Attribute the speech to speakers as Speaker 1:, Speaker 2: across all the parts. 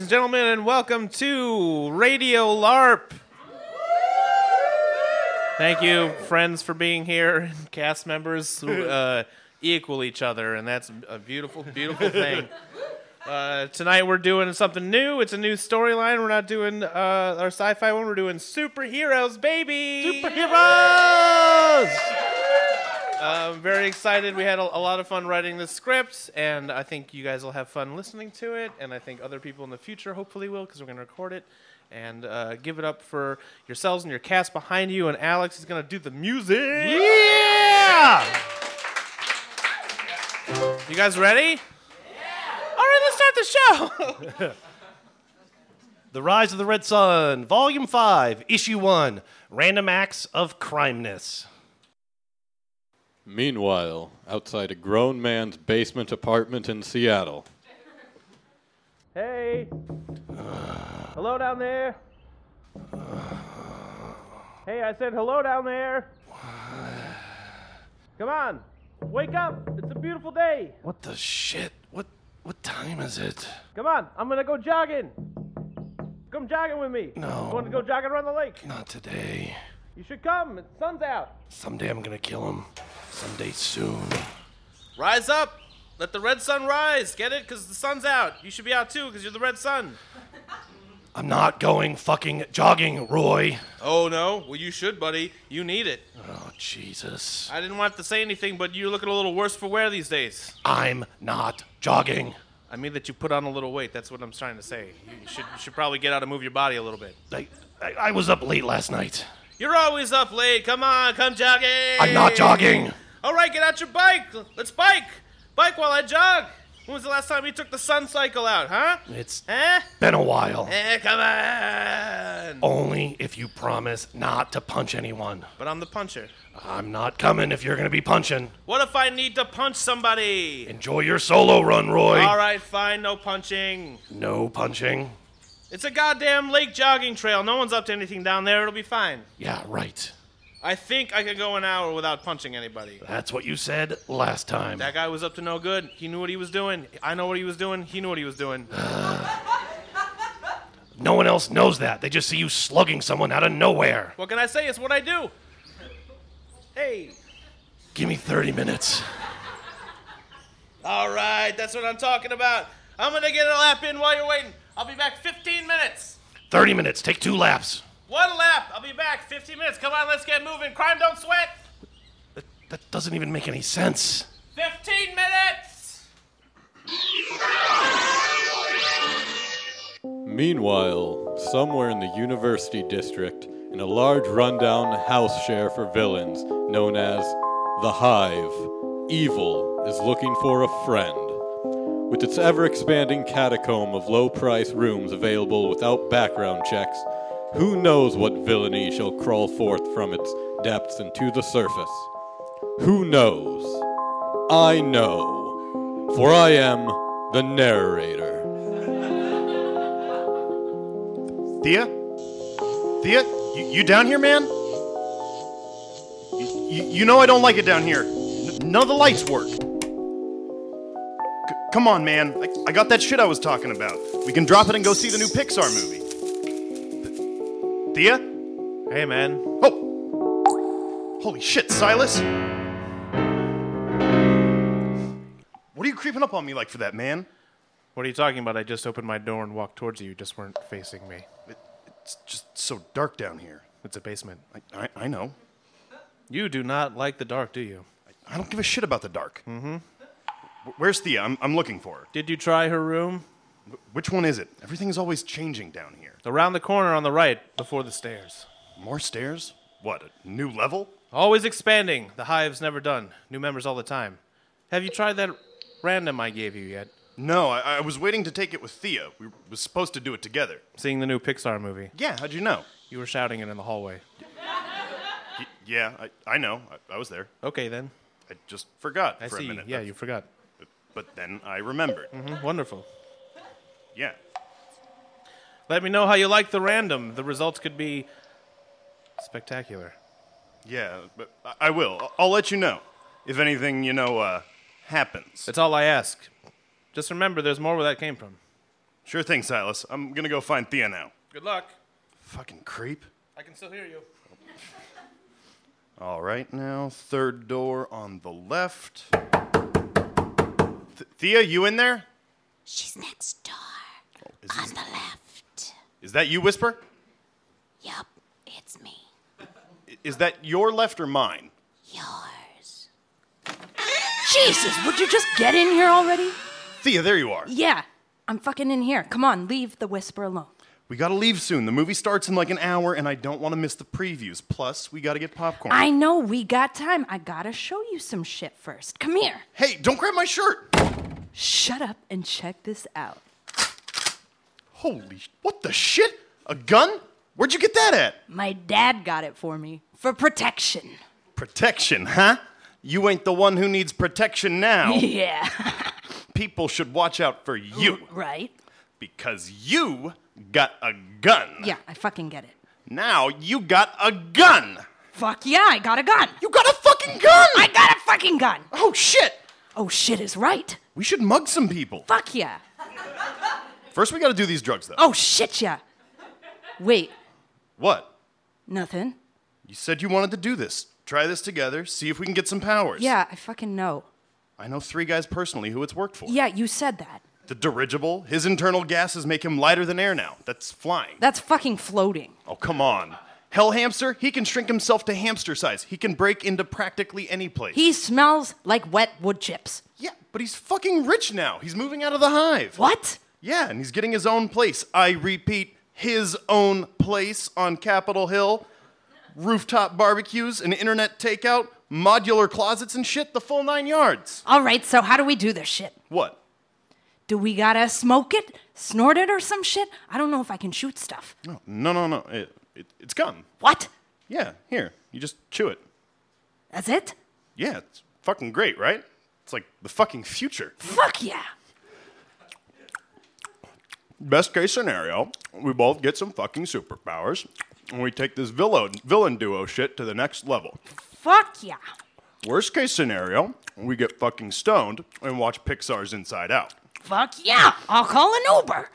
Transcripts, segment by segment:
Speaker 1: and gentlemen, and welcome to Radio LARP. Thank you, friends, for being here, and cast members who uh, equal each other, and that's a beautiful, beautiful thing. Uh, tonight we're doing something new. It's a new storyline. We're not doing uh, our sci-fi one. We're doing superheroes, baby. Superheroes. I'm Um, very excited. We had a, a lot of fun writing the script, and I think you guys will have fun listening to it, and I think other people in the future hopefully will because we're going to record it. And uh, give it up for yourselves and your cast behind you. And Alex is going to do the music. Yeah! You guys ready? All right, let's start the show.
Speaker 2: The Rise of the Red Sun, Volume 5, Issue 1 Random Acts of Crimeness.
Speaker 3: Meanwhile, outside a grown man's basement apartment in Seattle,
Speaker 1: Hey. hello down there. Hey, I said hello down there. Come on. Wake up. It's a beautiful day.
Speaker 2: What the shit? What what time is it?
Speaker 1: Come on. I'm going to go jogging. Come jogging with me.
Speaker 2: No.
Speaker 1: You want to go jogging around the lake?
Speaker 2: Not today.
Speaker 1: You should come. The sun's out.
Speaker 2: Someday I'm gonna kill him. Someday soon.
Speaker 1: Rise up. Let the red sun rise. Get it? Because the sun's out. You should be out too because you're the red sun.
Speaker 2: I'm not going fucking jogging, Roy.
Speaker 1: Oh, no. Well, you should, buddy. You need it.
Speaker 2: Oh, Jesus.
Speaker 1: I didn't want to say anything, but you're looking a little worse for wear these days.
Speaker 2: I'm not jogging.
Speaker 1: I mean that you put on a little weight. That's what I'm trying to say. You should, you should probably get out and move your body a little bit.
Speaker 2: I, I, I was up late last night.
Speaker 1: You're always up late. Come on, come jogging.
Speaker 2: I'm not jogging.
Speaker 1: All right, get out your bike. Let's bike. Bike while I jog. When was the last time you took the sun cycle out, huh?
Speaker 2: It's
Speaker 1: Huh?
Speaker 2: been a while.
Speaker 1: Eh, come on.
Speaker 2: Only if you promise not to punch anyone.
Speaker 1: But I'm the puncher.
Speaker 2: I'm not coming if you're gonna be punching.
Speaker 1: What if I need to punch somebody?
Speaker 2: Enjoy your solo run, Roy.
Speaker 1: All right, fine, no punching.
Speaker 2: No punching.
Speaker 1: It's a goddamn lake jogging trail. No one's up to anything down there. It'll be fine.
Speaker 2: Yeah, right.
Speaker 1: I think I could go an hour without punching anybody.
Speaker 2: That's what you said last time.
Speaker 1: That guy was up to no good. He knew what he was doing. I know what he was doing. He knew what he was doing.
Speaker 2: Uh, No one else knows that. They just see you slugging someone out of nowhere.
Speaker 1: What can I say? It's what I do. Hey.
Speaker 2: Give me 30 minutes.
Speaker 1: All right, that's what I'm talking about. I'm going to get a lap in while you're waiting. I'll be back 15 minutes.
Speaker 2: 30 minutes. Take two laps.
Speaker 1: One lap. I'll be back 15 minutes. Come on, let's get moving. Crime don't sweat.
Speaker 2: That, that doesn't even make any sense.
Speaker 1: 15 minutes.
Speaker 3: Meanwhile, somewhere in the university district, in a large rundown house share for villains known as the Hive, evil is looking for a friend. With its ever expanding catacomb of low price rooms available without background checks, who knows what villainy shall crawl forth from its depths and to the surface? Who knows? I know, for I am the narrator.
Speaker 4: Thea? Thea? You, you down here, man? You, you, you know I don't like it down here. N- none of the lights work. C- come on, man. I, I got that shit I was talking about. We can drop it and go see the new Pixar movie. Th- Thea?
Speaker 1: Hey, man.
Speaker 4: Oh! Holy shit, Silas! What are you creeping up on me like for that, man?
Speaker 1: What are you talking about? I just opened my door and walked towards you. You just weren't facing me.
Speaker 4: It, it's just so dark down here.
Speaker 1: It's a basement.
Speaker 4: I, I, I know.
Speaker 1: You do not like the dark, do you?
Speaker 4: I don't give a shit about the dark. Mm-hmm. Where's Thea? I'm, I'm looking for her.
Speaker 1: Did you try her room?
Speaker 4: Wh- Which one is it? Everything's always changing down here.
Speaker 1: Around the corner on the right, before the stairs.
Speaker 4: More stairs? What, a new level?
Speaker 1: Always expanding. The hive's never done. New members all the time. Have you tried that random I gave you yet?
Speaker 4: No, I, I was waiting to take it with Thea. We were was supposed to do it together.
Speaker 1: Seeing the new Pixar movie.
Speaker 4: Yeah, how'd you know?
Speaker 1: You were shouting it in the hallway.
Speaker 4: Y- yeah, I, I know. I, I was there.
Speaker 1: Okay, then.
Speaker 4: I just forgot
Speaker 1: I
Speaker 4: for
Speaker 1: see.
Speaker 4: a minute.
Speaker 1: yeah, you forgot.
Speaker 4: But then I remembered.
Speaker 1: Mhm, Wonderful.
Speaker 4: Yeah.
Speaker 1: Let me know how you like the random. The results could be spectacular.
Speaker 4: Yeah, but I, I will. I'll, I'll let you know if anything, you know, uh, happens.
Speaker 1: That's all I ask. Just remember, there's more where that came from.
Speaker 4: Sure thing, Silas. I'm gonna go find Thea now.
Speaker 1: Good luck.
Speaker 4: Fucking creep.
Speaker 1: I can still hear you.
Speaker 4: All right, now third door on the left. Th- Thea, you in there? Oh,
Speaker 5: She's next door.
Speaker 4: Is,
Speaker 5: On the left.
Speaker 4: is that you, Whisper?
Speaker 5: Yup, it's me.
Speaker 4: I- Is that your left or mine?
Speaker 5: Yours. Jesus, would you just get in here already?
Speaker 4: Thea, there you are.
Speaker 5: Yeah, I'm fucking in here. Come on, leave the whisper alone.
Speaker 4: We gotta leave soon. The movie starts in like an hour, and I don't want to miss the previews. Plus, we gotta get popcorn.
Speaker 5: I know we got time. I gotta show you some shit first. Come here.
Speaker 4: Hey, don't grab my shirt.
Speaker 5: Shut up and check this out.
Speaker 4: Holy, sh- what the shit? A gun? Where'd you get that at?
Speaker 5: My dad got it for me for protection.
Speaker 4: Protection, huh? You ain't the one who needs protection now.
Speaker 5: Yeah,
Speaker 4: People should watch out for you
Speaker 5: right?
Speaker 4: because you got a gun.
Speaker 5: Yeah, I fucking get it.
Speaker 4: Now you got a gun.
Speaker 5: Fuck yeah, I got a gun.
Speaker 4: You got a fucking gun.
Speaker 5: I got a fucking gun.
Speaker 4: oh shit.
Speaker 5: Oh shit is right.
Speaker 4: We should mug some people.
Speaker 5: Fuck yeah.
Speaker 4: First, we gotta do these drugs though.
Speaker 5: Oh shit yeah. Wait,
Speaker 4: What?
Speaker 5: nothing.
Speaker 4: You said you wanted to do this. Try this together, see if we can get some powers.
Speaker 5: Yeah, I fucking know.
Speaker 4: I know three guys personally who it's worked for.
Speaker 5: Yeah, you said that.
Speaker 4: The dirigible, his internal gases make him lighter than air now. That's flying.
Speaker 5: That's fucking floating.
Speaker 4: Oh, come on. Hell hamster, he can shrink himself to hamster size. He can break into practically any place.
Speaker 5: He smells like wet wood chips.
Speaker 4: yeah, but he's fucking rich now. He's moving out of the hive.
Speaker 5: What?
Speaker 4: Yeah, and he's getting his own place. I repeat, his own place on Capitol Hill. Rooftop barbecues, an internet takeout, modular closets and shit, the full nine yards.
Speaker 5: All right, so how do we do this shit?
Speaker 4: What?
Speaker 5: Do we gotta smoke it, snort it, or some shit? I don't know if I can shoot stuff.
Speaker 4: No, no, no, no. It, it, it's gum.
Speaker 5: What?
Speaker 4: Yeah, here. You just chew it.
Speaker 5: That's it?
Speaker 4: Yeah, it's fucking great, right? It's like the fucking future.
Speaker 5: Fuck yeah.
Speaker 4: Best case scenario, we both get some fucking superpowers, and we take this villain, villain duo shit to the next level.
Speaker 5: Fuck yeah.
Speaker 4: Worst case scenario, we get fucking stoned and watch Pixar's Inside Out.
Speaker 5: Fuck yeah. I'll call an Uber.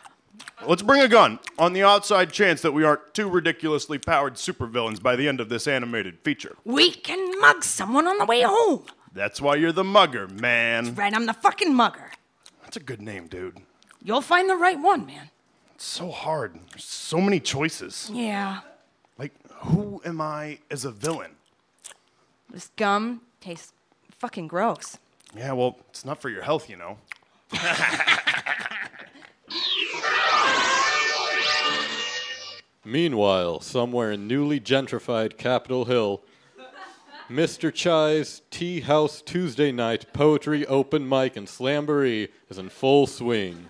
Speaker 4: Let's bring a gun on the outside chance that we aren't two ridiculously powered supervillains by the end of this animated feature.
Speaker 5: We can mug someone on the way home.
Speaker 4: That's why you're the mugger, man.
Speaker 5: Right, I'm the fucking mugger.
Speaker 4: That's a good name, dude.
Speaker 5: You'll find the right one, man.
Speaker 4: It's so hard. There's so many choices.
Speaker 5: Yeah.
Speaker 4: Like, who am I as a villain?
Speaker 5: This gum tastes fucking gross.
Speaker 4: Yeah, well, it's not for your health, you know.
Speaker 3: Meanwhile, somewhere in newly gentrified Capitol Hill, Mr. Chai's Tea House Tuesday night poetry open mic and slamboree is in full swing.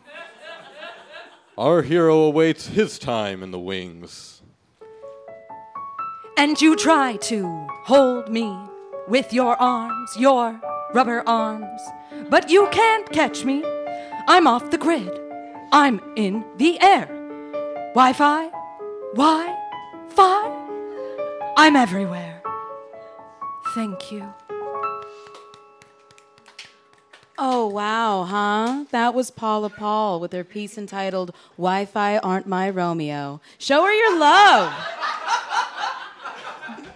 Speaker 3: Our hero awaits his time in the wings.
Speaker 5: And you try to hold me with your arms, your rubber arms. But you can't catch me. I'm off the grid. I'm in the air. Wi Fi, Wi Fi. I'm everywhere. Thank you.
Speaker 6: Oh, wow, huh? That was Paula Paul with her piece entitled Wi Fi Aren't My Romeo. Show her your love.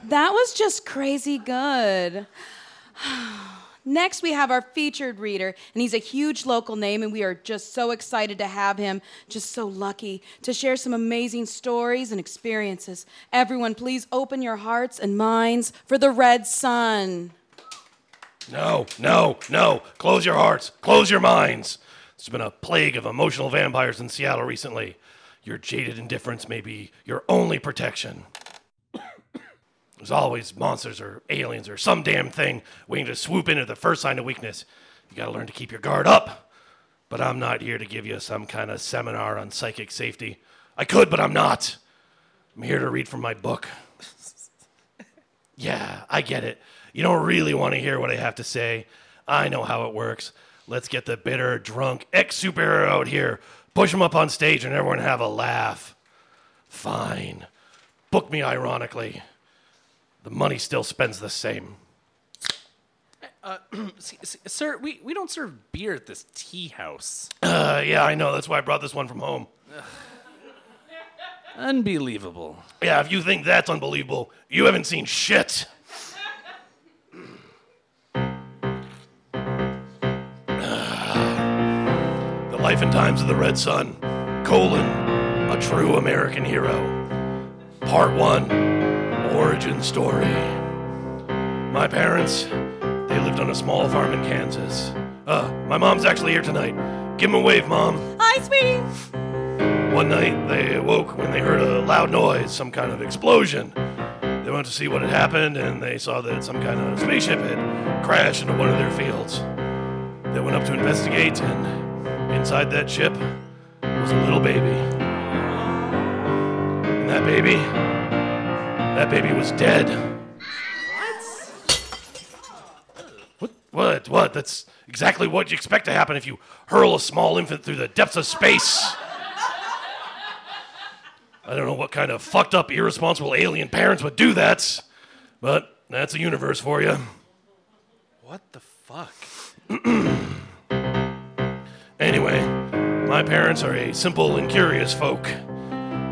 Speaker 6: that was just crazy good. Next, we have our featured reader, and he's a huge local name, and we are just so excited to have him, just so lucky to share some amazing stories and experiences. Everyone, please open your hearts and minds for the Red Sun.
Speaker 2: No, no, no. Close your hearts. Close your minds. There's been a plague of emotional vampires in Seattle recently. Your jaded indifference may be your only protection. There's always monsters or aliens or some damn thing waiting to swoop in at the first sign of weakness. You gotta learn to keep your guard up. But I'm not here to give you some kind of seminar on psychic safety. I could, but I'm not. I'm here to read from my book. Yeah, I get it. You don't really want to hear what I have to say. I know how it works. Let's get the bitter, drunk ex superhero out here, push him up on stage, and everyone have a laugh. Fine. Book me ironically. The money still spends the same.
Speaker 7: Uh,
Speaker 1: S- s- Sir, we, we don't serve beer at this tea house.
Speaker 2: Uh, yeah, I know. That's why I brought this one from home.
Speaker 1: Unbelievable.
Speaker 2: Yeah, if you think that's unbelievable, you haven't seen shit. the life and times of the Red Sun, colon, a true American hero. Part one, origin story. My parents, they lived on a small farm in Kansas. Uh, my mom's actually here tonight. Give him a wave, mom.
Speaker 6: Hi, sweetie.
Speaker 2: One night, they awoke when they heard a loud noise, some kind of explosion. They went to see what had happened, and they saw that some kind of spaceship had crashed into one of their fields. They went up to investigate, and inside that ship was a little baby. And that baby, that baby was dead. What? What? What? That's exactly what you expect to happen if you hurl a small infant through the depths of space. I don't know what kind of fucked up, irresponsible alien parents would do that, but that's a universe for you.
Speaker 1: What the fuck?
Speaker 2: Anyway, my parents are a simple and curious folk.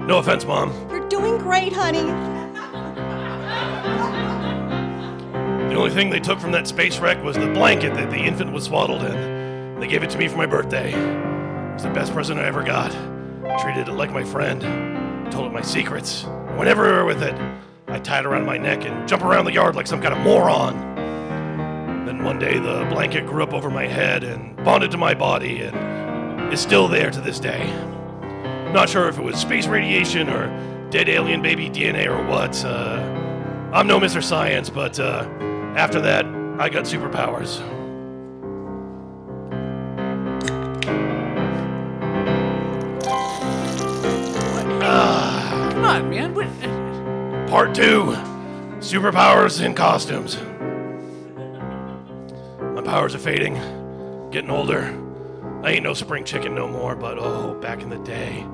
Speaker 2: No offense, Mom.
Speaker 6: You're doing great, honey.
Speaker 2: The only thing they took from that space wreck was the blanket that the infant was swaddled in. They gave it to me for my birthday. It was the best present I ever got. Treated it like my friend. Told it my secrets. Went everywhere with it. I tied it around my neck and jump around the yard like some kind of moron. Then one day the blanket grew up over my head and bonded to my body and is still there to this day. Not sure if it was space radiation or dead alien baby DNA or what. Uh, I'm no Mr. Science, but uh, after that, I got superpowers.
Speaker 1: Come on, man. What?
Speaker 2: Part two Superpowers in Costumes. My powers are fading, getting older. I ain't no spring chicken no more, but oh, back in the day,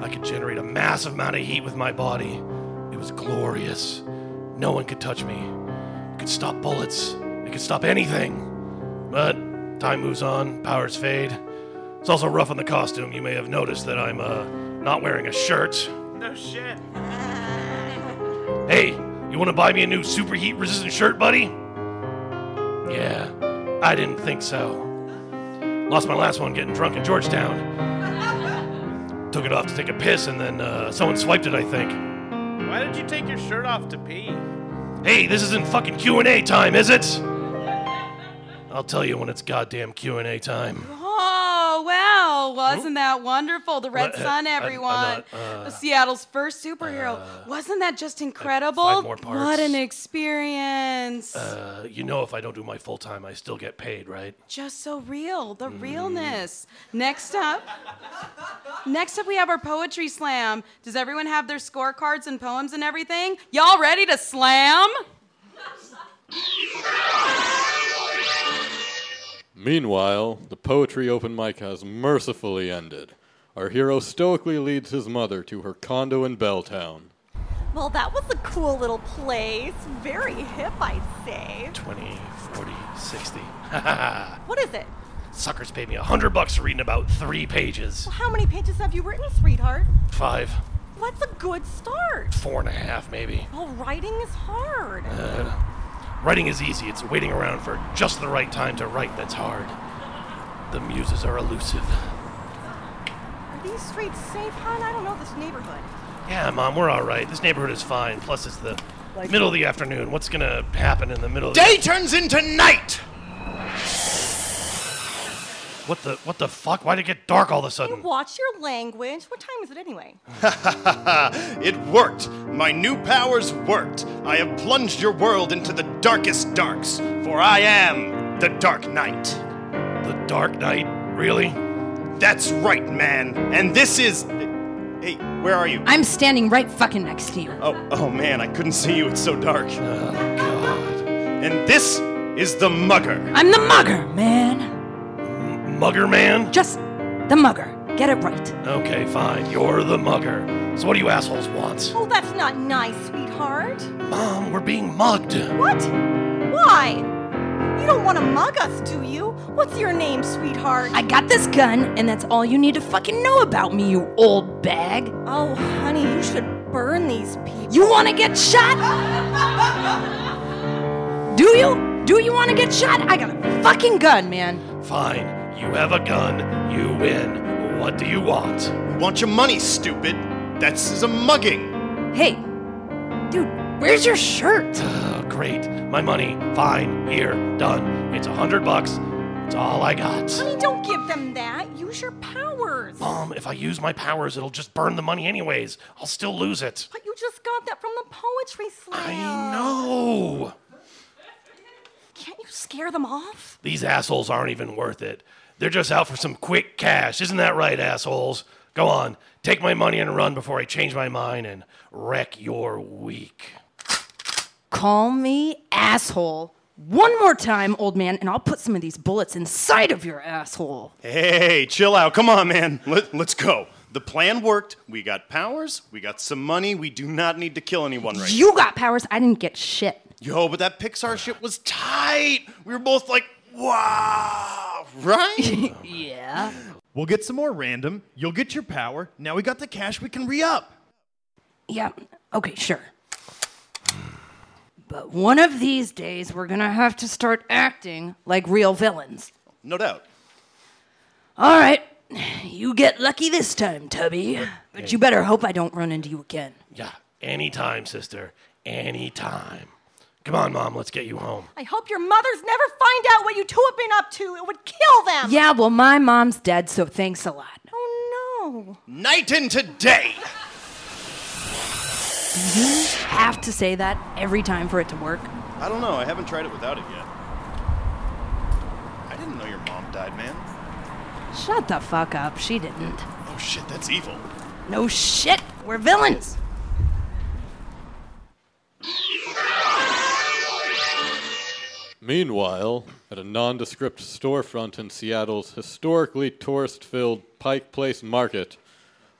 Speaker 2: I could generate a massive amount of heat with my body. It was glorious. No one could touch me. It could stop bullets, it could stop anything. But time moves on, powers fade. It's also rough on the costume. You may have noticed that I'm uh, not wearing a shirt.
Speaker 1: No shit.
Speaker 2: Hey, you want to buy me a new super heat resistant shirt, buddy? Yeah, I didn't think so. Lost my last one getting drunk in Georgetown. Took it off to take a piss, and then uh, someone swiped it, I think.
Speaker 1: Why did you take your shirt off to pee?
Speaker 2: Hey, this isn't fucking Q&A time, is it? I'll tell you when it's goddamn Q&A time.
Speaker 6: Oh, wow. Wasn't that wonderful? The Red
Speaker 2: Uh,
Speaker 6: Sun,
Speaker 2: I'm- I'm
Speaker 6: everyone.
Speaker 2: not, uh,
Speaker 6: Seattle's first superhero. Wasn't that just incredible?
Speaker 2: more parts.
Speaker 6: What an experience.
Speaker 2: Uh, you know if I don't do my full time, I still get paid, right?
Speaker 6: just so real. The
Speaker 2: Mm.
Speaker 6: realness. Next up. Next up, we have our poetry slam. Does everyone have their scorecards and poems and everything? Y'all ready to slam?
Speaker 3: Meanwhile, the poetry open mic has mercifully ended. Our hero stoically leads his mother to her condo in Belltown.
Speaker 8: Well, that was a cool little place. Very hip, I'd say.
Speaker 2: 20, 40, 60.
Speaker 8: What is it?
Speaker 2: Suckers paid me a hundred bucks for reading about three pages.
Speaker 8: How many pages have you written, sweetheart?
Speaker 2: Five,
Speaker 8: What's a good start?
Speaker 2: four and a half maybe.
Speaker 8: Well, writing is hard.
Speaker 2: Uh, Writing is easy, it's waiting around for just the right time to write that's hard. The muses are elusive.
Speaker 8: Are these streets safe, hon? I don't know this neighborhood.
Speaker 2: Yeah, Mom, we're all right. This neighborhood is fine. Plus, it's the middle of the afternoon. What's gonna happen in the middle of the
Speaker 4: Day turns into night.
Speaker 2: What the what the fuck? Why'd it get dark all of a
Speaker 8: You
Speaker 2: sudden?
Speaker 8: watch your language. What time is it anyway?
Speaker 4: It worked. My new powers worked. I have plunged your world into the darkest darks, for I am the Dark Knight.
Speaker 2: The Dark Knight? Really?
Speaker 4: That's right, man. And this is. Hey, where are you?
Speaker 5: I'm standing right fucking next to you.
Speaker 4: Oh, oh man, I couldn't see you. It's so dark.
Speaker 2: Oh, God.
Speaker 4: And this is the Mugger.
Speaker 5: I'm the mugger, man.
Speaker 2: Mugger man?
Speaker 5: Just the mugger. Get it right.
Speaker 2: Okay, fine. You're the mugger. So what do you assholes want?
Speaker 8: Oh, that's not nice, sweetheart.
Speaker 2: Mom, we're being mugged.
Speaker 8: What? Why? You don't want to mug us, do you? What's your name, sweetheart?
Speaker 5: I got this gun, and that's all you need to fucking know about me, you old bag.
Speaker 8: oh, honey, you should burn these people.
Speaker 5: You wanna get shot? Do you? Do you wanna get shot? I got a fucking gun, man.
Speaker 2: Fine, you have a gun, you win. What do you want?
Speaker 4: Want your money, stupid? That's is a mugging.
Speaker 5: Hey, dude, where's your shirt?
Speaker 2: Oh, great, my money. Fine, here, done. It's a hundred bucks. It's all I got.
Speaker 8: Honey, don't give them that. Use your powers.
Speaker 2: Mom, if I use my powers, it'll just burn the money anyways. I'll still lose it.
Speaker 8: But you just got that from the poetry slam.
Speaker 2: I know.
Speaker 8: Can't you scare them off?
Speaker 2: These assholes aren't even worth it. They're just out for some quick cash. Isn't that right, assholes? Go on, take my money and run before I change my mind and wreck your week.
Speaker 5: Call me asshole. One more time, old man, and I'll put some of these bullets inside of your asshole.
Speaker 4: Hey, chill out. Come on, man. Let, let's go. The plan worked. We got powers. We got some money. We do not need to kill anyone right
Speaker 5: You got powers, I didn't get shit.
Speaker 4: Yo, but that Pixar shit was tight. We were both like, wow, right?
Speaker 5: Yeah.
Speaker 9: We'll get some more random. You'll get your power. Now we got the cash. We can re up.
Speaker 5: Yeah, okay, sure. But one of these days, we're gonna have to start acting like real villains.
Speaker 4: no doubt.
Speaker 5: All right, you get lucky this time, Tubby. But you better hope I don't run into you again.
Speaker 2: Yeah, anytime, sister. Anytime. Come on, Mom, let's get you home.
Speaker 8: I hope your mothers never find out what you two have been up to. It would kill them.
Speaker 5: Yeah, well, my mom's dead, so thanks a lot.
Speaker 8: Oh no.
Speaker 4: Night into day.
Speaker 5: Have to say that every time for it to work.
Speaker 4: I don't know. I haven't tried it without it yet. I didn't know your mom died, man.
Speaker 5: Shut the fuck up, she didn't.
Speaker 4: Oh shit, that's evil.
Speaker 5: No shit, we're villains.
Speaker 3: Meanwhile, at a nondescript storefront in Seattle's historically tourist filled Pike Place Market,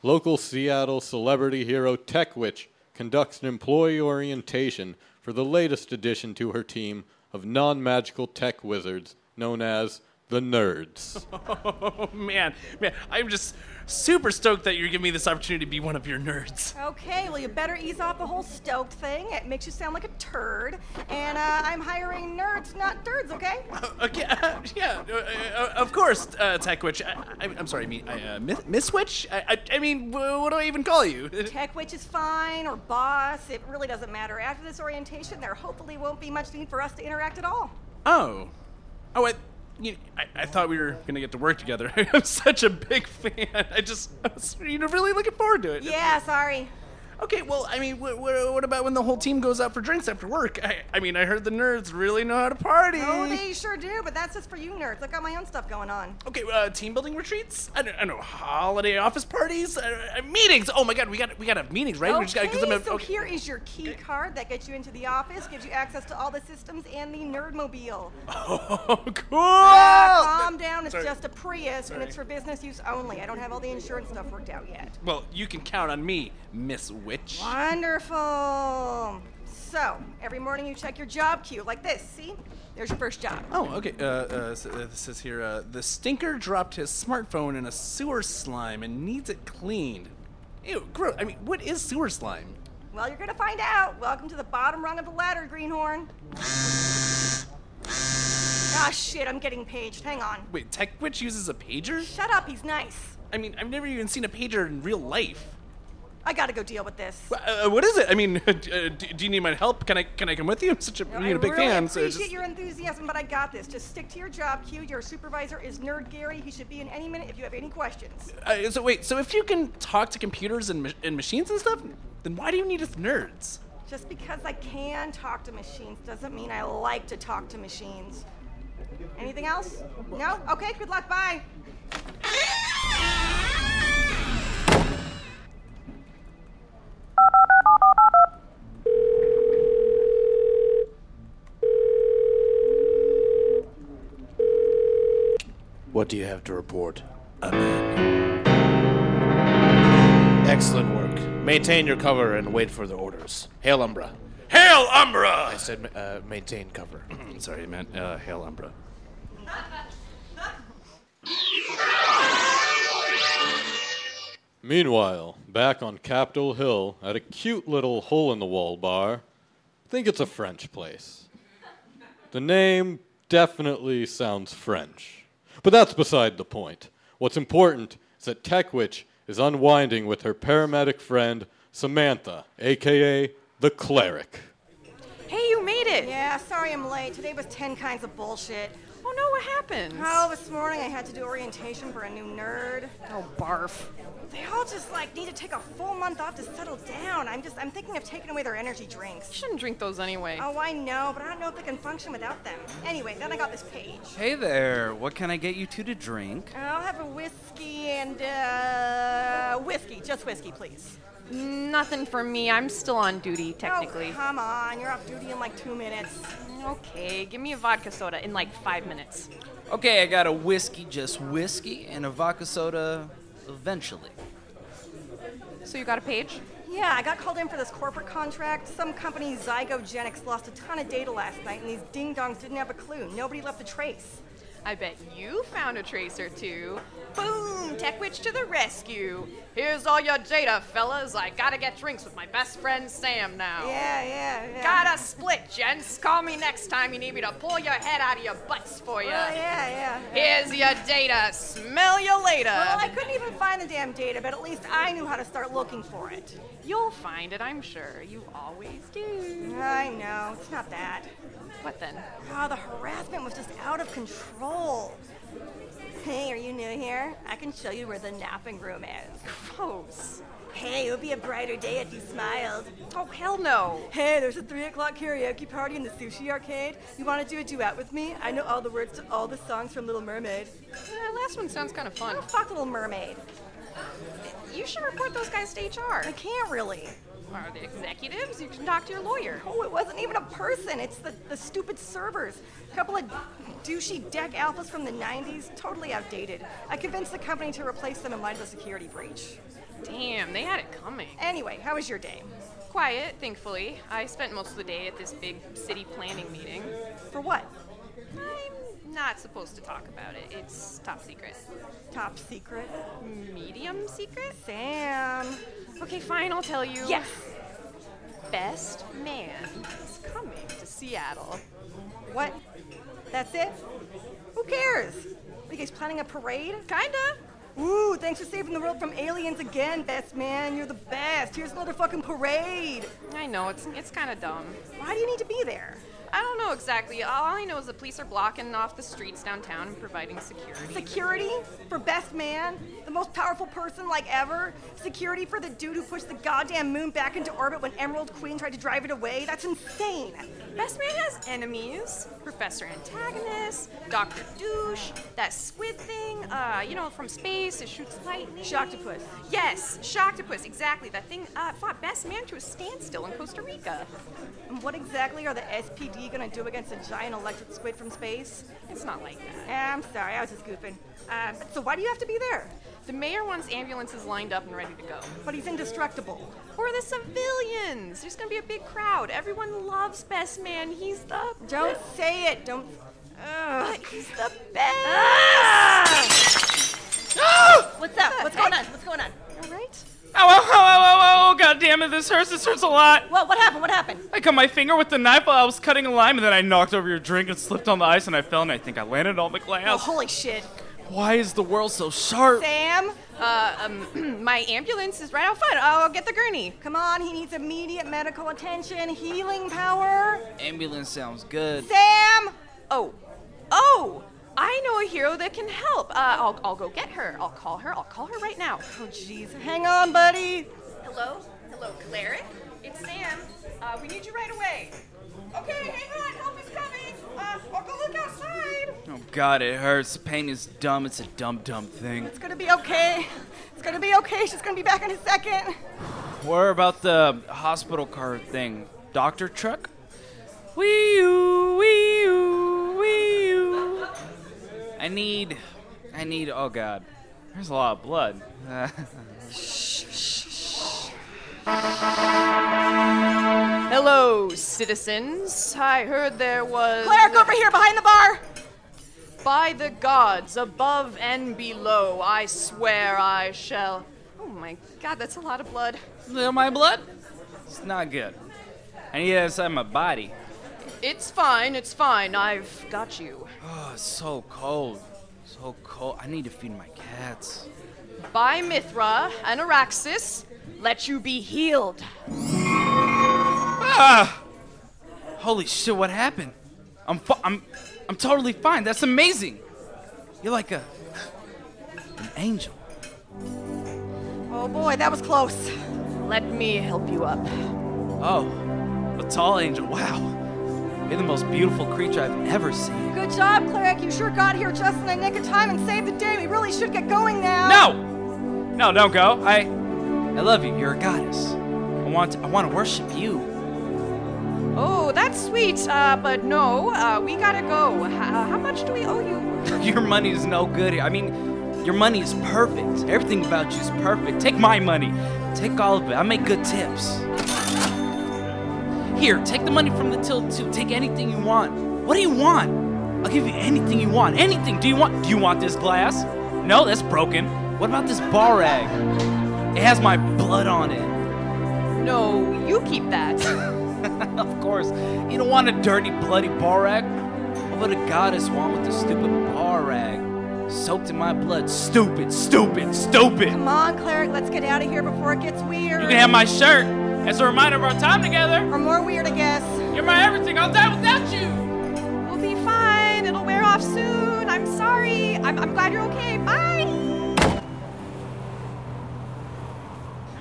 Speaker 3: local Seattle celebrity hero Tech Witch conducts an employee orientation for the latest addition to her team of non magical tech wizards known as the Nerds.
Speaker 7: Oh, Man, man, I'm just super stoked that you're giving me this opportunity to be one of your nerds.
Speaker 8: Okay, well, you better ease off the whole stoked thing. It makes you sound like a turd. And uh, I'm hiring nerds, not dirds, okay?
Speaker 7: Okay, uh, yeah, uh, uh, of course, uh, Tech Witch. I, I, I'm sorry, me, I, uh, Miss, Miss Witch? I, I, I mean, wh- what do I even call you?
Speaker 8: Tech witch is fine, or boss, it really doesn't matter. After this orientation, there hopefully won't be much need for us to interact at all.
Speaker 7: Oh. Oh, I, you, I, I thought we were going to get to work together. I'm such a big fan. I just, I was, you know, really looking forward to it.
Speaker 8: Yeah, sorry.
Speaker 7: Okay, well, I mean, what, what, what about when the whole team goes out for drinks after work? I, I mean, I heard the nerds really know how to party.
Speaker 8: Oh, they sure do, but that's just for you nerds. I got my own stuff going on.
Speaker 7: Okay, uh, team building retreats. I don't, I don't know holiday office parties, uh, uh, meetings. Oh my god, we got we got to have meetings, right? we
Speaker 8: Okay,
Speaker 7: I'm a-
Speaker 8: so here is your key card that gets you into the office, gives you access to all the systems and the nerdmobile.
Speaker 7: Oh, cool.
Speaker 8: Ah, calm down, it's
Speaker 7: Sorry.
Speaker 8: just a Prius and it's for business use only. I don't have all the insurance stuff worked out yet.
Speaker 7: Well, you can count on me, Miss Witch.
Speaker 8: Wonderful. So, every morning you check your job queue like this, see? There's your first job.
Speaker 7: Oh, okay. Uh, uh, s- uh, this is here. Uh, the stinker dropped his smartphone in a sewer slime and needs it cleaned. Ew, gross. I mean, what is sewer slime?
Speaker 8: Well, you're gonna find out. Welcome to the bottom rung of the ladder, Greenhorn. Ah, shit, I'm getting paged. Hang on.
Speaker 7: Wait, Tech Witch uses a pager?
Speaker 8: Shut up, he's nice.
Speaker 7: I mean, I've never even seen a pager in real life.
Speaker 8: I gotta go deal with this.
Speaker 7: Uh, uh, what is it? I mean, uh, do, do you need my help? Can I can I come with you? I'm such a,
Speaker 8: I
Speaker 7: you know, big
Speaker 8: really
Speaker 7: fan. so
Speaker 8: appreciate
Speaker 7: just-
Speaker 8: your enthusiasm, but I got this. Just stick to your job queue. Your supervisor is Nerd Gary. He should be in any minute if you have any questions.
Speaker 7: Uh, so wait, so if you can talk to computers and, ma- and machines and stuff, then why do you need us nerds?
Speaker 8: Just because I can talk to machines doesn't mean I like to talk to machines. Anything else? No? Okay, good luck. Bye.
Speaker 10: What do you have to report?
Speaker 1: Excellent work. Maintain your cover and wait for the orders. Hail Umbra.
Speaker 2: Hail Umbra!
Speaker 7: I said ma- uh, maintain cover. Sorry, I meant uh, Hail Umbra.
Speaker 3: Meanwhile, back on Capitol Hill at a cute little hole in the wall bar, I think it's a French place. The name definitely sounds French. But that's beside the point. What's important is that Tech Witch is unwinding with her paramedic friend, Samantha, aka the cleric.
Speaker 8: Hey, you made it. Yeah, sorry I'm late. Today was 10 kinds of bullshit.
Speaker 11: Oh no, what happens?
Speaker 8: Oh, this morning I had to do orientation for a new nerd.
Speaker 11: Oh, barf.
Speaker 8: They all just like need to take a full month off to settle down. I'm just I'm thinking of taking away their energy drinks. You
Speaker 11: shouldn't drink those anyway.
Speaker 8: Oh, I know, but I don't know if they can function without them. Anyway, then I got this page.
Speaker 12: Hey there, what can I get you two to drink?
Speaker 8: I'll have a whiskey and uh, whiskey, just whiskey, please.
Speaker 11: Nothing for me. I'm still on duty, technically.
Speaker 8: Oh, come on, you're off duty in like two minutes.
Speaker 11: Okay, give me a vodka soda in like five minutes.
Speaker 12: Okay, I got a whiskey, just whiskey, and a vodka soda eventually.
Speaker 11: So you got a page?
Speaker 8: Yeah, I got called in for this corporate contract. Some company, Zygogenics, lost a ton of data last night, and these ding dongs didn't have a clue. Nobody left a trace.
Speaker 11: I bet you found a trace or two. Boom! Tech Witch to the rescue. Here's all your data, fellas. I gotta get drinks with my best friend Sam now.
Speaker 8: Yeah, yeah, yeah.
Speaker 11: Gotta split, gents. Call me next time you need me to pull your head out of your butts for you.
Speaker 8: Well, yeah, yeah,
Speaker 11: Here's your data. Smell you later.
Speaker 8: Well, I couldn't even find the damn data, but at least I knew how to start looking for it.
Speaker 11: You'll find it, I'm sure. You always do.
Speaker 8: I know, it's not that.
Speaker 11: What then?
Speaker 8: Oh, the harassment was just out of control. Hey, are you new here? I can show you where the napping room is.
Speaker 11: Gross.
Speaker 8: Hey, it would be a brighter day if you smiled.
Speaker 11: Oh, hell no.
Speaker 8: Hey, there's a 3 o'clock karaoke party in the sushi arcade. You want to do a duet with me? I know all the words to all the songs from Little Mermaid.
Speaker 11: Yeah, last one sounds kind of fun.
Speaker 8: Oh, fuck Little Mermaid.
Speaker 11: You should report those guys to HR.
Speaker 8: I can't really.
Speaker 11: Are the executives? You can talk to your lawyer.
Speaker 8: Oh, it wasn't even a person. It's the, the stupid servers. A couple of douchey deck alphas from the 90s. Totally outdated. I convinced the company to replace them in light of the security breach.
Speaker 11: Damn, they had it coming.
Speaker 8: Anyway, how was your day?
Speaker 11: Quiet, thankfully. I spent most of the day at this big city planning meeting.
Speaker 8: For what?
Speaker 11: I'm not supposed to talk about it. It's top secret.
Speaker 8: Top secret?
Speaker 11: Medium secret?
Speaker 8: Sam.
Speaker 11: Okay, fine, I'll tell you.
Speaker 8: Yes!
Speaker 11: Best man is coming to Seattle.
Speaker 8: What? That's it? Who cares? Are you guys planning a parade?
Speaker 11: Kinda.
Speaker 8: Ooh, thanks for saving the world from aliens again, best man. You're the best. Here's another fucking parade.
Speaker 11: I know, it's, it's kinda dumb.
Speaker 8: Why do you need to be there?
Speaker 11: I don't know exactly. All I know is the police are blocking off the streets downtown and providing security.
Speaker 8: Security for best man, the most powerful person like ever. Security for the dude who pushed the goddamn moon back into orbit when Emerald Queen tried to drive it away. That's insane.
Speaker 11: Best man has enemies: Professor Antagonist, Doctor Douche, that squid thing. Uh, you know, from space, it shoots lightning.
Speaker 8: Shocktopus.
Speaker 11: Yes, Shocktopus. Exactly. That thing uh, fought best man to a standstill in Costa Rica.
Speaker 8: And what exactly are the SPD you gonna do against a giant electric squid from space?
Speaker 11: It's not like that.
Speaker 8: Eh, I'm sorry, I was just goofing. Um, so why do you have to be there?
Speaker 11: The mayor wants ambulances lined up and ready to go.
Speaker 8: But he's indestructible.
Speaker 11: Or the civilians. There's gonna be a big crowd. Everyone loves Best Man. He's the.
Speaker 8: Don't say it. Don't.
Speaker 11: Ugh. He's the best. Ah!
Speaker 8: What's up? What's going on? What's going on?
Speaker 11: All right.
Speaker 13: Ow, ow, ow, ow, ow, ow, god damn it, this hurts, this hurts a lot.
Speaker 8: What, what happened, what happened?
Speaker 13: I cut my finger with the knife while I was cutting a lime, and then I knocked over your drink and slipped on the ice, and I fell, and I think I landed on the glass.
Speaker 8: Oh, holy shit.
Speaker 13: Why is the world so sharp?
Speaker 8: Sam?
Speaker 11: Uh, um, my ambulance is right out front. I'll get the gurney.
Speaker 8: Come on, he needs immediate medical attention, healing power.
Speaker 12: Ambulance sounds good.
Speaker 8: Sam!
Speaker 11: Uh, Oh. Oh! I know a hero that can help. Uh, I'll, I'll go get her. I'll call her. I'll call her right now.
Speaker 8: Oh, jeez. Hang on, buddy.
Speaker 11: Hello? Hello, Cleric? It's Sam. Uh, we need you right away.
Speaker 8: Okay, hang on. Help is coming. Uh, I'll go look outside.
Speaker 12: Oh god, it hurts. Pain is dumb. It's a dumb, dumb thing.
Speaker 8: It's gonna be okay. It's gonna be okay. She's gonna be back in a second.
Speaker 12: What about the hospital car thing? Doctor truck? Wee-oo, wee-oo, wee-oo. I need. I need. Oh god. There's a lot of blood.
Speaker 11: Hello, Hello, citizens. I heard there was.
Speaker 8: Cleric over here behind the bar!
Speaker 11: By the gods above and below, I swear I shall. Oh my god, that's a lot of blood.
Speaker 12: Little my blood? It's not good. I need that inside my body.
Speaker 11: It's fine, it's fine. I've got you.
Speaker 12: Oh, it's so cold. So cold. I need to feed my cats.
Speaker 11: By Mithra and Araxis, let you be healed.
Speaker 12: Ah! Holy shit! What happened? I'm fu- I'm I'm totally fine. That's amazing. You're like a an angel.
Speaker 8: Oh boy, that was close.
Speaker 11: Let me help you up.
Speaker 12: Oh, a tall angel. Wow. You're the most beautiful creature I've ever seen.
Speaker 8: Good job, Cleric. You sure got here just in the nick of time and saved the day. We really should get going now.
Speaker 12: No! No, don't go. I I love you. You're a goddess. I want I want to worship you.
Speaker 11: Oh, that's sweet, uh, but no, uh, we gotta go. H- uh, how much do we owe you?
Speaker 12: Your money is no good. I mean, your money is perfect. Everything about you is perfect. Take my money. Take all of it. I make good tips. Here, take the money from the till too. Take anything you want. What do you want? I'll give you anything you want. Anything. Do you want? Do you want this glass? No, that's broken. What about this bar rag? It has my blood on it.
Speaker 11: No, you keep that.
Speaker 12: of course. You don't want a dirty, bloody bar rag. What would a goddess want with this stupid bar rag? Soaked in my blood. Stupid, stupid, stupid.
Speaker 8: Come on, Cleric, let's get out of here before it gets weird.
Speaker 12: You can have my shirt as a reminder of our time together.
Speaker 8: Or more weird, I guess.
Speaker 12: You're my everything. I'll die without you.
Speaker 11: We'll be fine. It'll wear off soon. I'm sorry. I'm, I'm glad you're okay. Bye.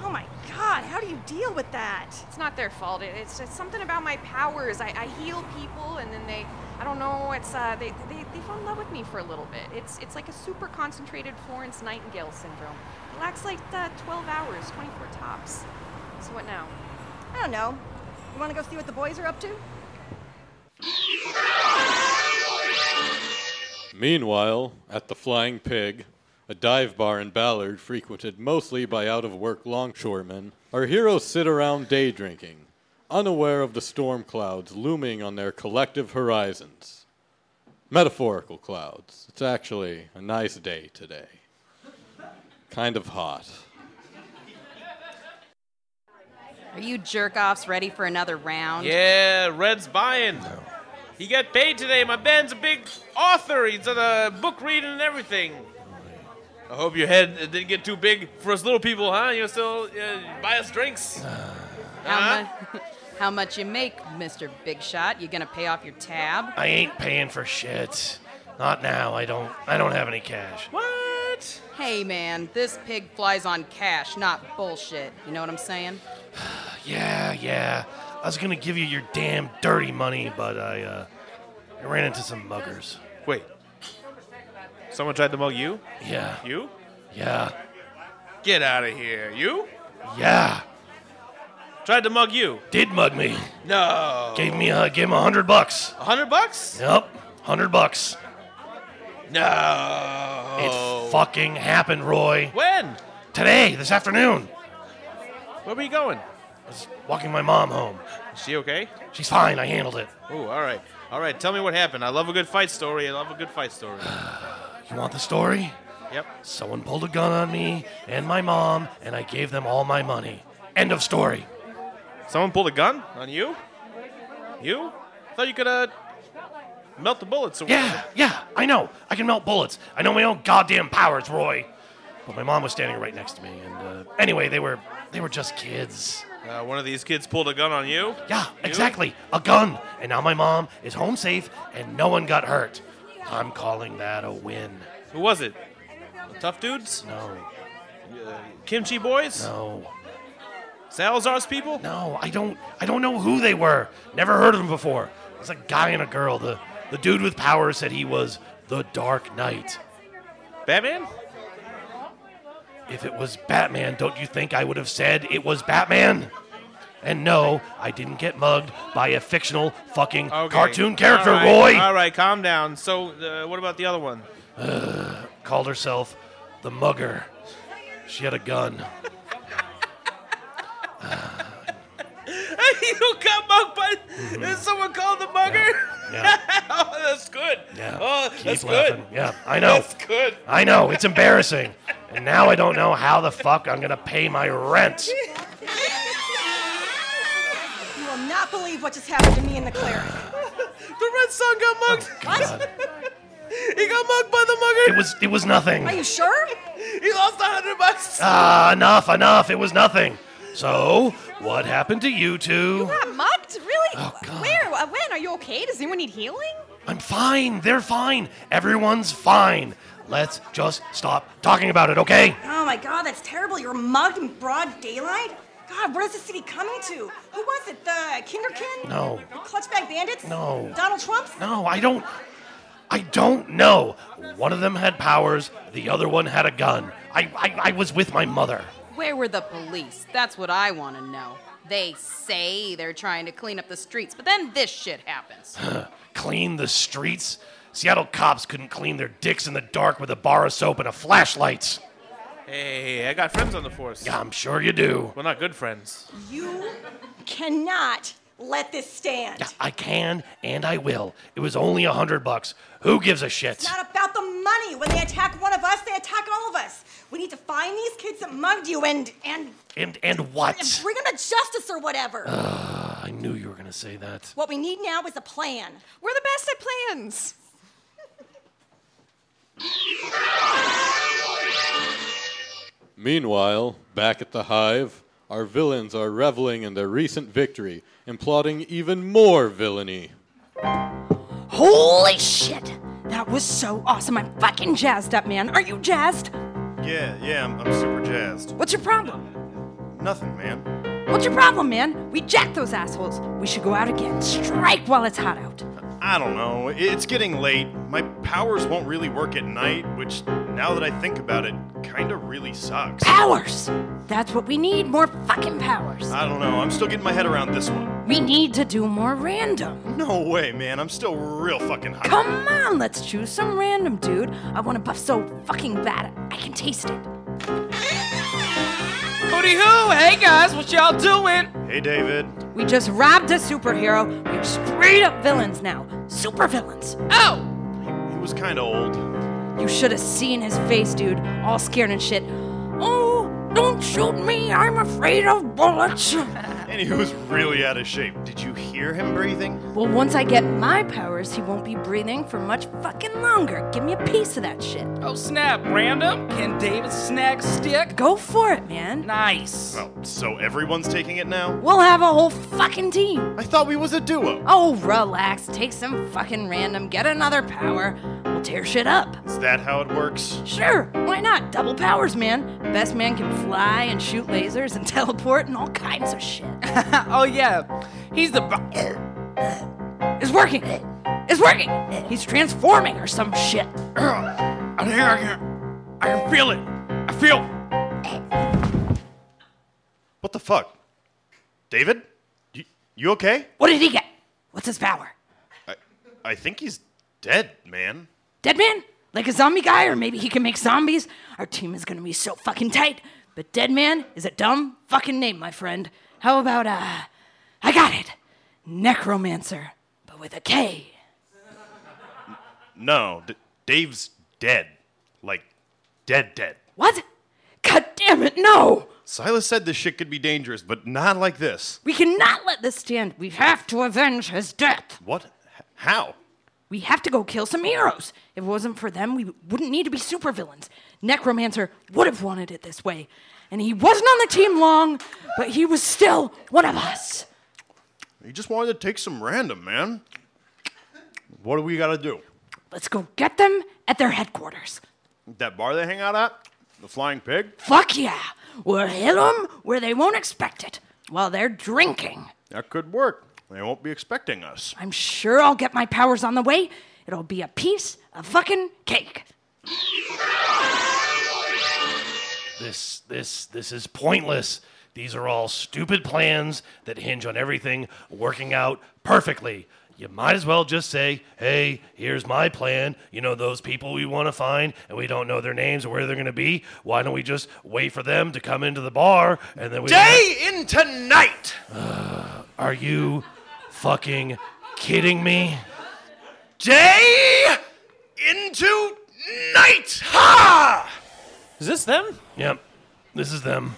Speaker 8: Oh my god, how do you deal with that?
Speaker 11: It's not their fault. It, it's, it's something about my powers. I, I heal people, and then they, I don't know. It's uh, they, they, they fall in love with me for a little bit. It's it's like a super concentrated Florence Nightingale syndrome. It lasts like uh, 12 hours, 24 tops. So what now?
Speaker 8: I don't know. You wanna go see what the boys are up to?
Speaker 3: Meanwhile, at the Flying Pig, a dive bar in Ballard frequented mostly by out of work longshoremen, our heroes sit around day drinking, unaware of the storm clouds looming on their collective horizons. Metaphorical clouds. It's actually a nice day today. Kind of hot.
Speaker 6: Are you jerk offs ready for another round?
Speaker 1: Yeah, Red's buying. He got paid today. My man's a big author. He's done a book reading and everything. I hope your head uh, didn't get too big for us little people, huh? You'll still uh, buy us drinks.
Speaker 6: How, mu- how much you make, Mr. Big Shot? You gonna pay off your tab?
Speaker 2: I ain't paying for shit. Not now. I don't. I don't have any cash.
Speaker 1: What?
Speaker 6: Hey man, this pig flies on cash, not bullshit. You know what I'm saying?
Speaker 2: Yeah, yeah. I was gonna give you your damn dirty money, but I, uh, I ran into some muggers.
Speaker 1: Wait. Someone tried to mug you?
Speaker 2: Yeah.
Speaker 1: You?
Speaker 2: Yeah.
Speaker 1: Get out of here. You?
Speaker 2: Yeah.
Speaker 1: Tried to mug you?
Speaker 2: Did mug me.
Speaker 1: No.
Speaker 2: Gave me a gave him a hundred bucks.
Speaker 1: A hundred bucks?
Speaker 2: Yep, hundred bucks.
Speaker 1: No.
Speaker 2: It fucking happened, Roy.
Speaker 1: When?
Speaker 2: Today, this afternoon.
Speaker 1: Where were you going?
Speaker 2: I was walking my mom home.
Speaker 1: Is she okay?
Speaker 2: She's fine. I handled it.
Speaker 1: Oh, all right. All right, tell me what happened. I love a good fight story. I love a good fight story.
Speaker 2: You want the story?
Speaker 1: Yep.
Speaker 2: Someone pulled a gun on me and my mom, and I gave them all my money. End of story.
Speaker 1: Someone pulled a gun on you? You? Thought you could uh, melt the bullets. or-
Speaker 2: Yeah, yeah, I know. I can melt bullets. I know my own goddamn powers, Roy. But my mom was standing right next to me, and uh, anyway, they were they were just kids.
Speaker 1: Uh, one of these kids pulled a gun on you?
Speaker 2: Yeah, exactly, a gun. And now my mom is home safe, and no one got hurt. I'm calling that a win.
Speaker 1: Who was it? The tough dudes?
Speaker 2: No,
Speaker 1: Kimchi boys?
Speaker 2: no,
Speaker 1: Salazar's people?
Speaker 2: no. I don't I don't know who they were. Never heard of them before. It was a guy and a girl. The the dude with power said he was the Dark Knight.
Speaker 1: Batman?
Speaker 2: If it was Batman, don't you think I would have said it was Batman? And no, I didn't get mugged by a fictional fucking
Speaker 1: Okay.
Speaker 2: cartoon character,
Speaker 1: All right,
Speaker 2: Roy.
Speaker 1: All right, calm down. So, uh, what about the other one?
Speaker 2: Called herself the Mugger. She had a gun.
Speaker 1: you got mugged by. Is someone called the mugger?
Speaker 2: Mm-hmm. Yeah.
Speaker 1: oh, that's good.
Speaker 2: Yeah.
Speaker 1: Oh,
Speaker 2: Keep
Speaker 1: that's
Speaker 2: laughing.
Speaker 1: good.
Speaker 2: Yeah, I know.
Speaker 1: That's good.
Speaker 2: I know. It's embarrassing. and now I don't know how the fuck I'm gonna pay my rent.
Speaker 8: You will not believe what just happened to me and the cleric. the
Speaker 1: red son got mugged.
Speaker 8: what?
Speaker 1: he got mugged by the mugger.
Speaker 2: Oh, It was it was nothing.
Speaker 8: Are you sure?
Speaker 1: he lost a hundred bucks.
Speaker 2: Ah, enough, enough. It was nothing. So, what happened to you two?
Speaker 11: Got mugged? Really?
Speaker 1: Oh,
Speaker 11: Where? Uh, When? Are you okay? Does anyone need healing?
Speaker 2: I'm fine. They're fine. Everyone's fine. Let's just stop talking about it, okay?
Speaker 8: Oh my god, that's terrible. You were mugged in broad daylight? God, what is the city coming to? Who was it? The Kinderkin?
Speaker 2: No.
Speaker 8: The Clutchback Bandits?
Speaker 2: No.
Speaker 8: Donald Trump's?
Speaker 2: No, I don't. I don't know. One of them had powers, the other one had a gun. I, I, I was with my mother.
Speaker 6: Where were the police? That's what I want to know. They say they're trying to clean up the streets, but then this shit happens.
Speaker 2: clean the streets? Seattle cops couldn't clean their dicks in the dark with a bar of soap and a flashlight.
Speaker 1: Hey, I got friends on the force.
Speaker 2: Yeah, I'm sure you do.
Speaker 1: Well, not good friends.
Speaker 8: You cannot let this stand.
Speaker 2: I can and I will. It was only a hundred bucks. Who gives a shit?
Speaker 8: It's not about the money. When they attack one of us, they attack all of us. We need to find these kids that mugged you and and
Speaker 2: And and what?
Speaker 8: and bring them to justice or whatever.
Speaker 2: Ugh, I knew you were gonna say that.
Speaker 8: What we need now is a plan.
Speaker 11: We're the best at plans.
Speaker 3: Meanwhile, back at the hive, our villains are reveling in their recent victory and plotting even more villainy.
Speaker 5: Holy shit! That was so awesome. I'm fucking jazzed up, man. Are you jazzed?
Speaker 4: Yeah, yeah, I'm, I'm super jazzed.
Speaker 5: What's your problem?
Speaker 4: Nothing, man.
Speaker 5: What's your problem, man? We jacked those assholes. We should go out again. Strike while it's hot out.
Speaker 4: I don't know. It- It's getting late. My powers won't really work at night, which, now that I think about it, kinda really sucks.
Speaker 5: Powers! That's what we need more fucking powers.
Speaker 4: I don't know. I'm still getting my head around this one.
Speaker 5: We need to do more random.
Speaker 4: No way, man. I'm still real fucking high.
Speaker 5: Come on, let's choose some random dude. I want a buff so fucking bad I can taste it.
Speaker 12: Hooty hoo! Hey guys, what y'all doing?
Speaker 4: Hey, David.
Speaker 5: We just robbed a superhero. We're straight up villains now. Super villains. Oh!
Speaker 4: He was kinda old.
Speaker 5: You should have seen his face, dude. All scared and shit. Oh, don't shoot me. I'm afraid of bullets.
Speaker 4: And he was really out of shape. Did you hear him breathing?
Speaker 5: well, once I get my powers, he won't be breathing for much fucking longer. Give me a piece of that shit.
Speaker 12: Oh snap! Random? Can David snag stick?
Speaker 5: Go for it, man.
Speaker 12: Nice.
Speaker 4: Well, so everyone's taking it now?
Speaker 5: We'll have a whole fucking team.
Speaker 4: I thought we was a duo.
Speaker 5: Oh, relax. Take some fucking random. Get another power. We'll tear shit up.
Speaker 4: Is that how it works?
Speaker 5: Sure, why not? Double powers, man. Best man can fly and shoot lasers and teleport and all kinds of shit.
Speaker 12: oh yeah, he's the.
Speaker 5: It's working. It's working. He's transforming or some shit.
Speaker 13: I think I can. I can feel it. I feel.
Speaker 4: What the fuck? David? You, you okay?
Speaker 5: What did he get? What's his power?
Speaker 4: I, I think he's dead, man.
Speaker 5: Dead man? Like a zombie guy, or maybe he can make zombies? Our team is gonna be so fucking tight. But Dead Man is a dumb fucking name, my friend. How about, uh, I got it. Necromancer, but with a K.
Speaker 4: No, D- Dave's dead. Like, dead, dead.
Speaker 5: What? God damn it, no!
Speaker 4: Silas said this shit could be dangerous, but not like this.
Speaker 5: We cannot let this stand. We have to avenge his death.
Speaker 4: What? H- How?
Speaker 5: We have to go kill some heroes. If it wasn't for them, we wouldn't need to be supervillains. Necromancer would have wanted it this way. And he wasn't on the team long, but he was still one of us.
Speaker 4: He just wanted to take some random, man. What do we gotta do?
Speaker 5: Let's go get them at their headquarters.
Speaker 4: That bar they hang out at? The Flying Pig?
Speaker 5: Fuck yeah! We'll hit them where they won't expect it while they're drinking.
Speaker 4: That could work. They won't be expecting us.
Speaker 5: I'm sure I'll get my powers on the way. It'll be a piece of fucking cake.
Speaker 2: This this this is pointless. These are all stupid plans that hinge on everything working out perfectly. You might as well just say, hey, here's my plan. You know, those people we want to find and we don't know their names or where they're going to be. Why don't we just wait for them to come into the bar and then we. Uh,
Speaker 4: Day into night.
Speaker 2: Are you fucking kidding me?
Speaker 4: Day into night. Ha!
Speaker 1: Is this them?
Speaker 2: Yep. This is them.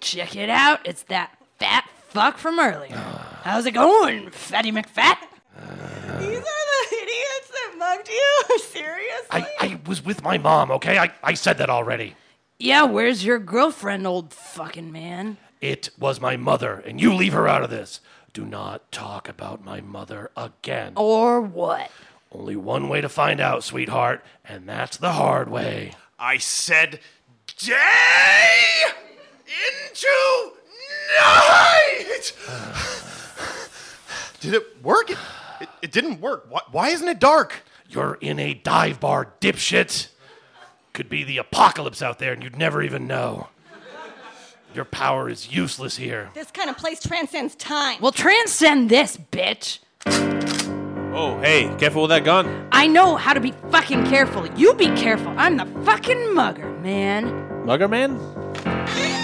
Speaker 5: Check it out. It's that fat fuck from earlier. How's it going, Fatty McFat?
Speaker 8: These are the idiots that mugged you? Serious?
Speaker 2: I, I was with my mom, okay? I, I said that already.
Speaker 5: Yeah, where's your girlfriend, old fucking man?
Speaker 2: It was my mother, and you leave her out of this. Do not talk about my mother again.
Speaker 5: Or what?
Speaker 2: Only one way to find out, sweetheart, and that's the hard way.
Speaker 4: I said day into night. Did it work? It, it, it didn't work. Why, why isn't it dark?
Speaker 2: You're in a dive bar, dipshit. Could be the apocalypse out there, and you'd never even know. Your power is useless here.
Speaker 8: This kind of place transcends time.
Speaker 5: Well, transcend this, bitch.
Speaker 1: Oh, hey, careful with that gun.
Speaker 5: I know how to be fucking careful. You be careful. I'm the fucking mugger, man.
Speaker 1: Mugger man?
Speaker 11: Hey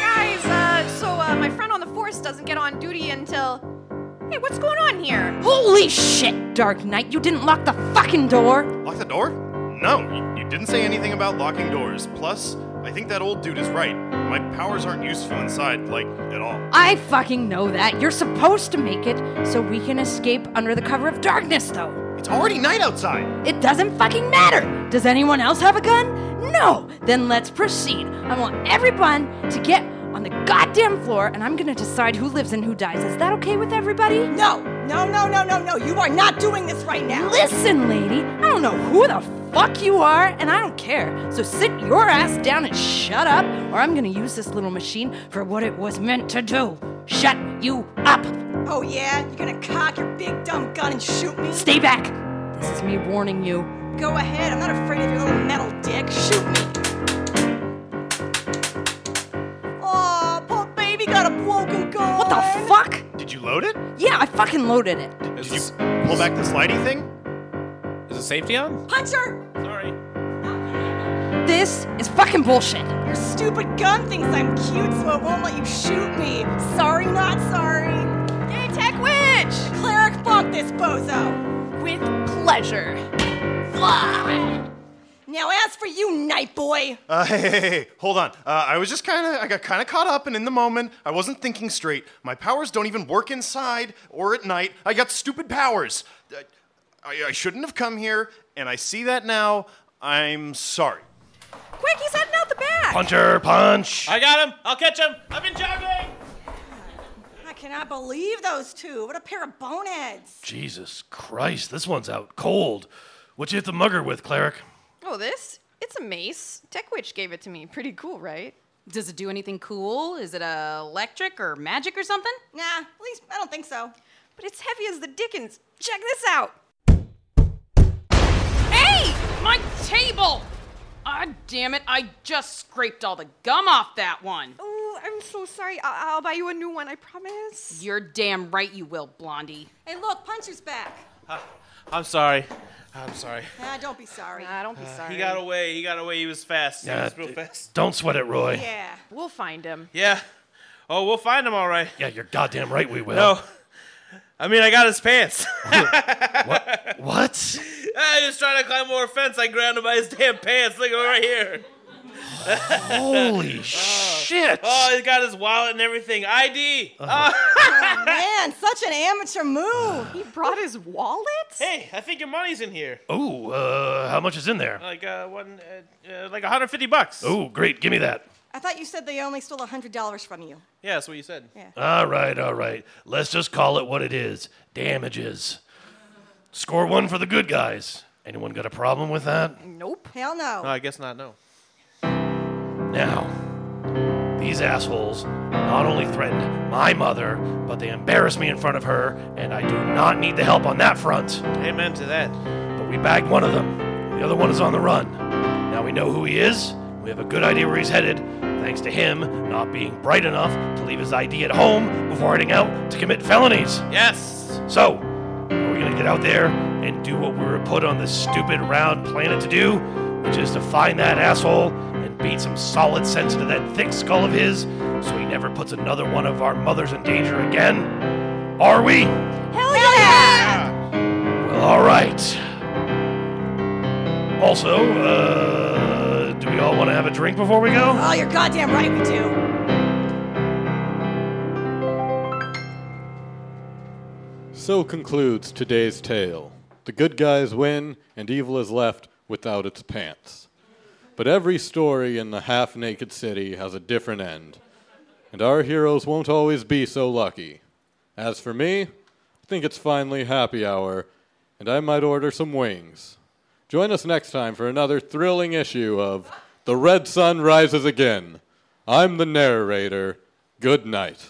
Speaker 11: guys, uh, so uh, my friend on the force doesn't get on duty until. Hey, what's going on here?
Speaker 5: Holy shit, Dark Knight, you didn't lock the fucking door.
Speaker 4: Lock the door? No, you- you didn't say anything about locking doors. Plus, I think that old dude is right. My powers aren't useful inside, like, at all.
Speaker 5: I fucking know that. You're supposed to make it so we can escape under the cover of darkness, though.
Speaker 4: It's already night outside.
Speaker 5: It doesn't fucking matter. Does anyone else have a gun? No. Then let's proceed. I want everyone to get on the goddamn floor and I'm gonna decide who lives and who dies. Is that okay with everybody?
Speaker 8: No, no, no, no, no, no. You are not doing this right now.
Speaker 5: Listen, lady, I don't know who the fuck you are and I don't care. So sit your ass down and shut up or I'm gonna use this little machine for what it was meant to do. Shut you up.
Speaker 8: Oh, yeah? You're gonna cock your big dumb gun and shoot me?
Speaker 5: Stay back. This is me warning you.
Speaker 8: Go ahead. I'm not afraid of your little metal dick. Shoot me. Aw, poor baby got a broken gun.
Speaker 5: What the fuck?
Speaker 4: Did you load it?
Speaker 5: Yeah, I fucking loaded it.
Speaker 4: Did you pull back the slidey thing?
Speaker 1: Is the safety on?
Speaker 8: Puncher!
Speaker 5: This is fucking bullshit.
Speaker 8: Your stupid gun thinks I'm cute, so it won't let you shoot me. Sorry, not sorry.
Speaker 11: Hey, Tech Witch!
Speaker 8: Cleric, fuck this bozo.
Speaker 11: With pleasure.
Speaker 8: Now, as for you, night boy,
Speaker 4: Uh, hey, hey, hey, hey, hold on. Uh, I was just kind of, I got kind of caught up, and in the moment, I wasn't thinking straight. My powers don't even work inside or at night. I got stupid powers. I, I- I shouldn't have come here, and I see that now. I'm sorry.
Speaker 11: Quick, he's heading out the back!
Speaker 2: Puncher, punch.
Speaker 1: I got him. I'll catch him. I've been jogging.
Speaker 8: I cannot believe those two. What a pair of boneheads.
Speaker 2: Jesus Christ, this one's out cold. What you hit the mugger with, cleric?
Speaker 11: Oh, this? It's a mace. Tech Witch gave it to me. Pretty cool, right?
Speaker 6: Does it do anything cool? Is it uh, electric or magic or something?
Speaker 8: Nah, at least I don't think so.
Speaker 11: But it's heavy as the dickens. Check this out. Hey!
Speaker 5: My table!
Speaker 6: Ah, damn it, I just scraped all the gum off that one.
Speaker 11: Oh, I'm so sorry. I- I'll buy you a new one, I promise.
Speaker 6: You're damn right you will, Blondie.
Speaker 8: Hey, look, Puncher's back.
Speaker 1: I'm sorry. I'm sorry.
Speaker 8: Ah, don't be sorry.
Speaker 11: Nah, don't be sorry.
Speaker 1: Uh, He got away. He got away. He was fast.
Speaker 2: Yeah,
Speaker 1: he was real
Speaker 2: d-
Speaker 1: fast.
Speaker 2: Don't sweat it, Roy. Yeah,
Speaker 8: Yeah.
Speaker 11: We'll find him.
Speaker 1: Yeah. Oh, we'll find him all right.
Speaker 2: you're goddamn right we will.
Speaker 1: No. I mean, I got his pants.
Speaker 2: What?
Speaker 1: I was trying to climb over a fence. I grabbed him by his damn pants. Look at him right here.
Speaker 2: Holy shit. Uh-huh.
Speaker 1: Oh, he's got his wallet and everything. ID.
Speaker 8: Oh, man, such an amateur move.
Speaker 11: He brought his wallet?
Speaker 1: Hey, I think your money's in here.
Speaker 2: Ooh, uh, how much is in there?
Speaker 1: Like uh, one, uh, uh, like 150 bucks.
Speaker 2: Oh, great. Give me that.
Speaker 8: I thought you said they only stole $100 from you.
Speaker 1: Yeah, that's what you said.
Speaker 2: All right, all right. Let's just call it what it is damages. Score one for the good guys. Anyone got a problem with that?
Speaker 11: Nope.
Speaker 8: Hell no.
Speaker 1: No, I guess not. No.
Speaker 2: Now, these assholes not only threatened my mother, but they embarrassed me in front of her, and I do not need the help on that front.
Speaker 1: Amen to that.
Speaker 2: But we bagged one of them. The other one is on the run. Now we know who he is. We have a good idea where he's headed, thanks to him not being bright enough to leave his ID at home before heading out to commit felonies.
Speaker 1: Yes.
Speaker 2: So, are we gonna get out there and do what we were put on this stupid round planet to do, which is to find that asshole and beat some solid sense into that thick skull of his, so he never puts another one of our mothers in danger again? Are we?
Speaker 14: Hell yeah!
Speaker 2: Well, all right. Also, uh, do we all want to have a drink before we go?
Speaker 8: Oh, you're goddamn right we do.
Speaker 3: So concludes today's tale. The good guys win, and evil is left without its pants. But every story in the half naked city has a different end, and our heroes won't always be so lucky. As for me, I think it's finally happy hour, and I might order some wings. Join us next time for another thrilling issue of The Red Sun Rises Again. I'm the narrator. Good night.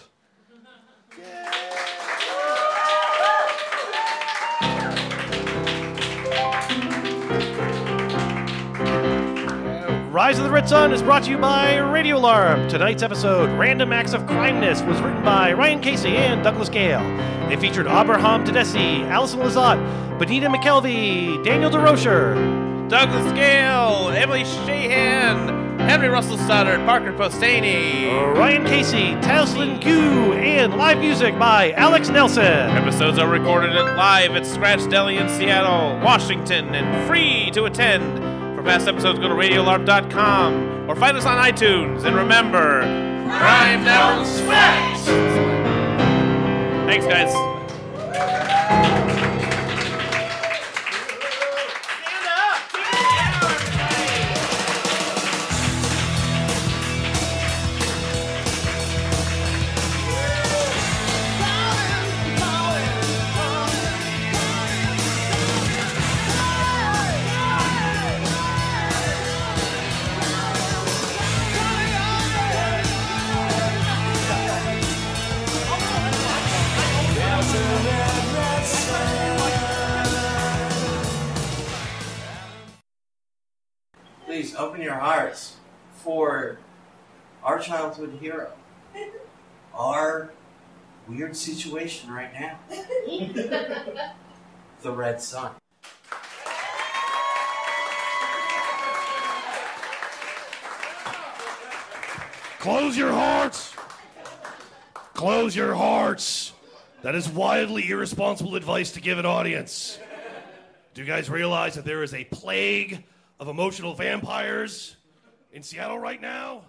Speaker 2: Rise of the Red Sun is brought to you by Radio Alarm. Tonight's episode, Random Acts of Crimeness, was written by Ryan Casey and Douglas Gale. It featured Abraham Tedeschi, Allison Lazat, Benita McKelvey, Daniel DeRocher.
Speaker 1: Douglas Gale, Emily Sheehan, Henry Russell Stoddard, Parker Postani,
Speaker 2: Ryan Casey, Taslin Gu, and live music by Alex Nelson.
Speaker 1: Episodes are recorded at live at Scratch Deli in Seattle, Washington, and free to attend. For past episodes, go to radiolarp.com or find us on iTunes. And remember, crime don't sweat. Thanks, guys.
Speaker 15: Please open your hearts for our childhood hero. Our weird situation right now. The Red Sun.
Speaker 2: Close your hearts! Close your hearts! That is wildly irresponsible advice to give an audience. Do you guys realize that there is a plague of emotional vampires in Seattle right now?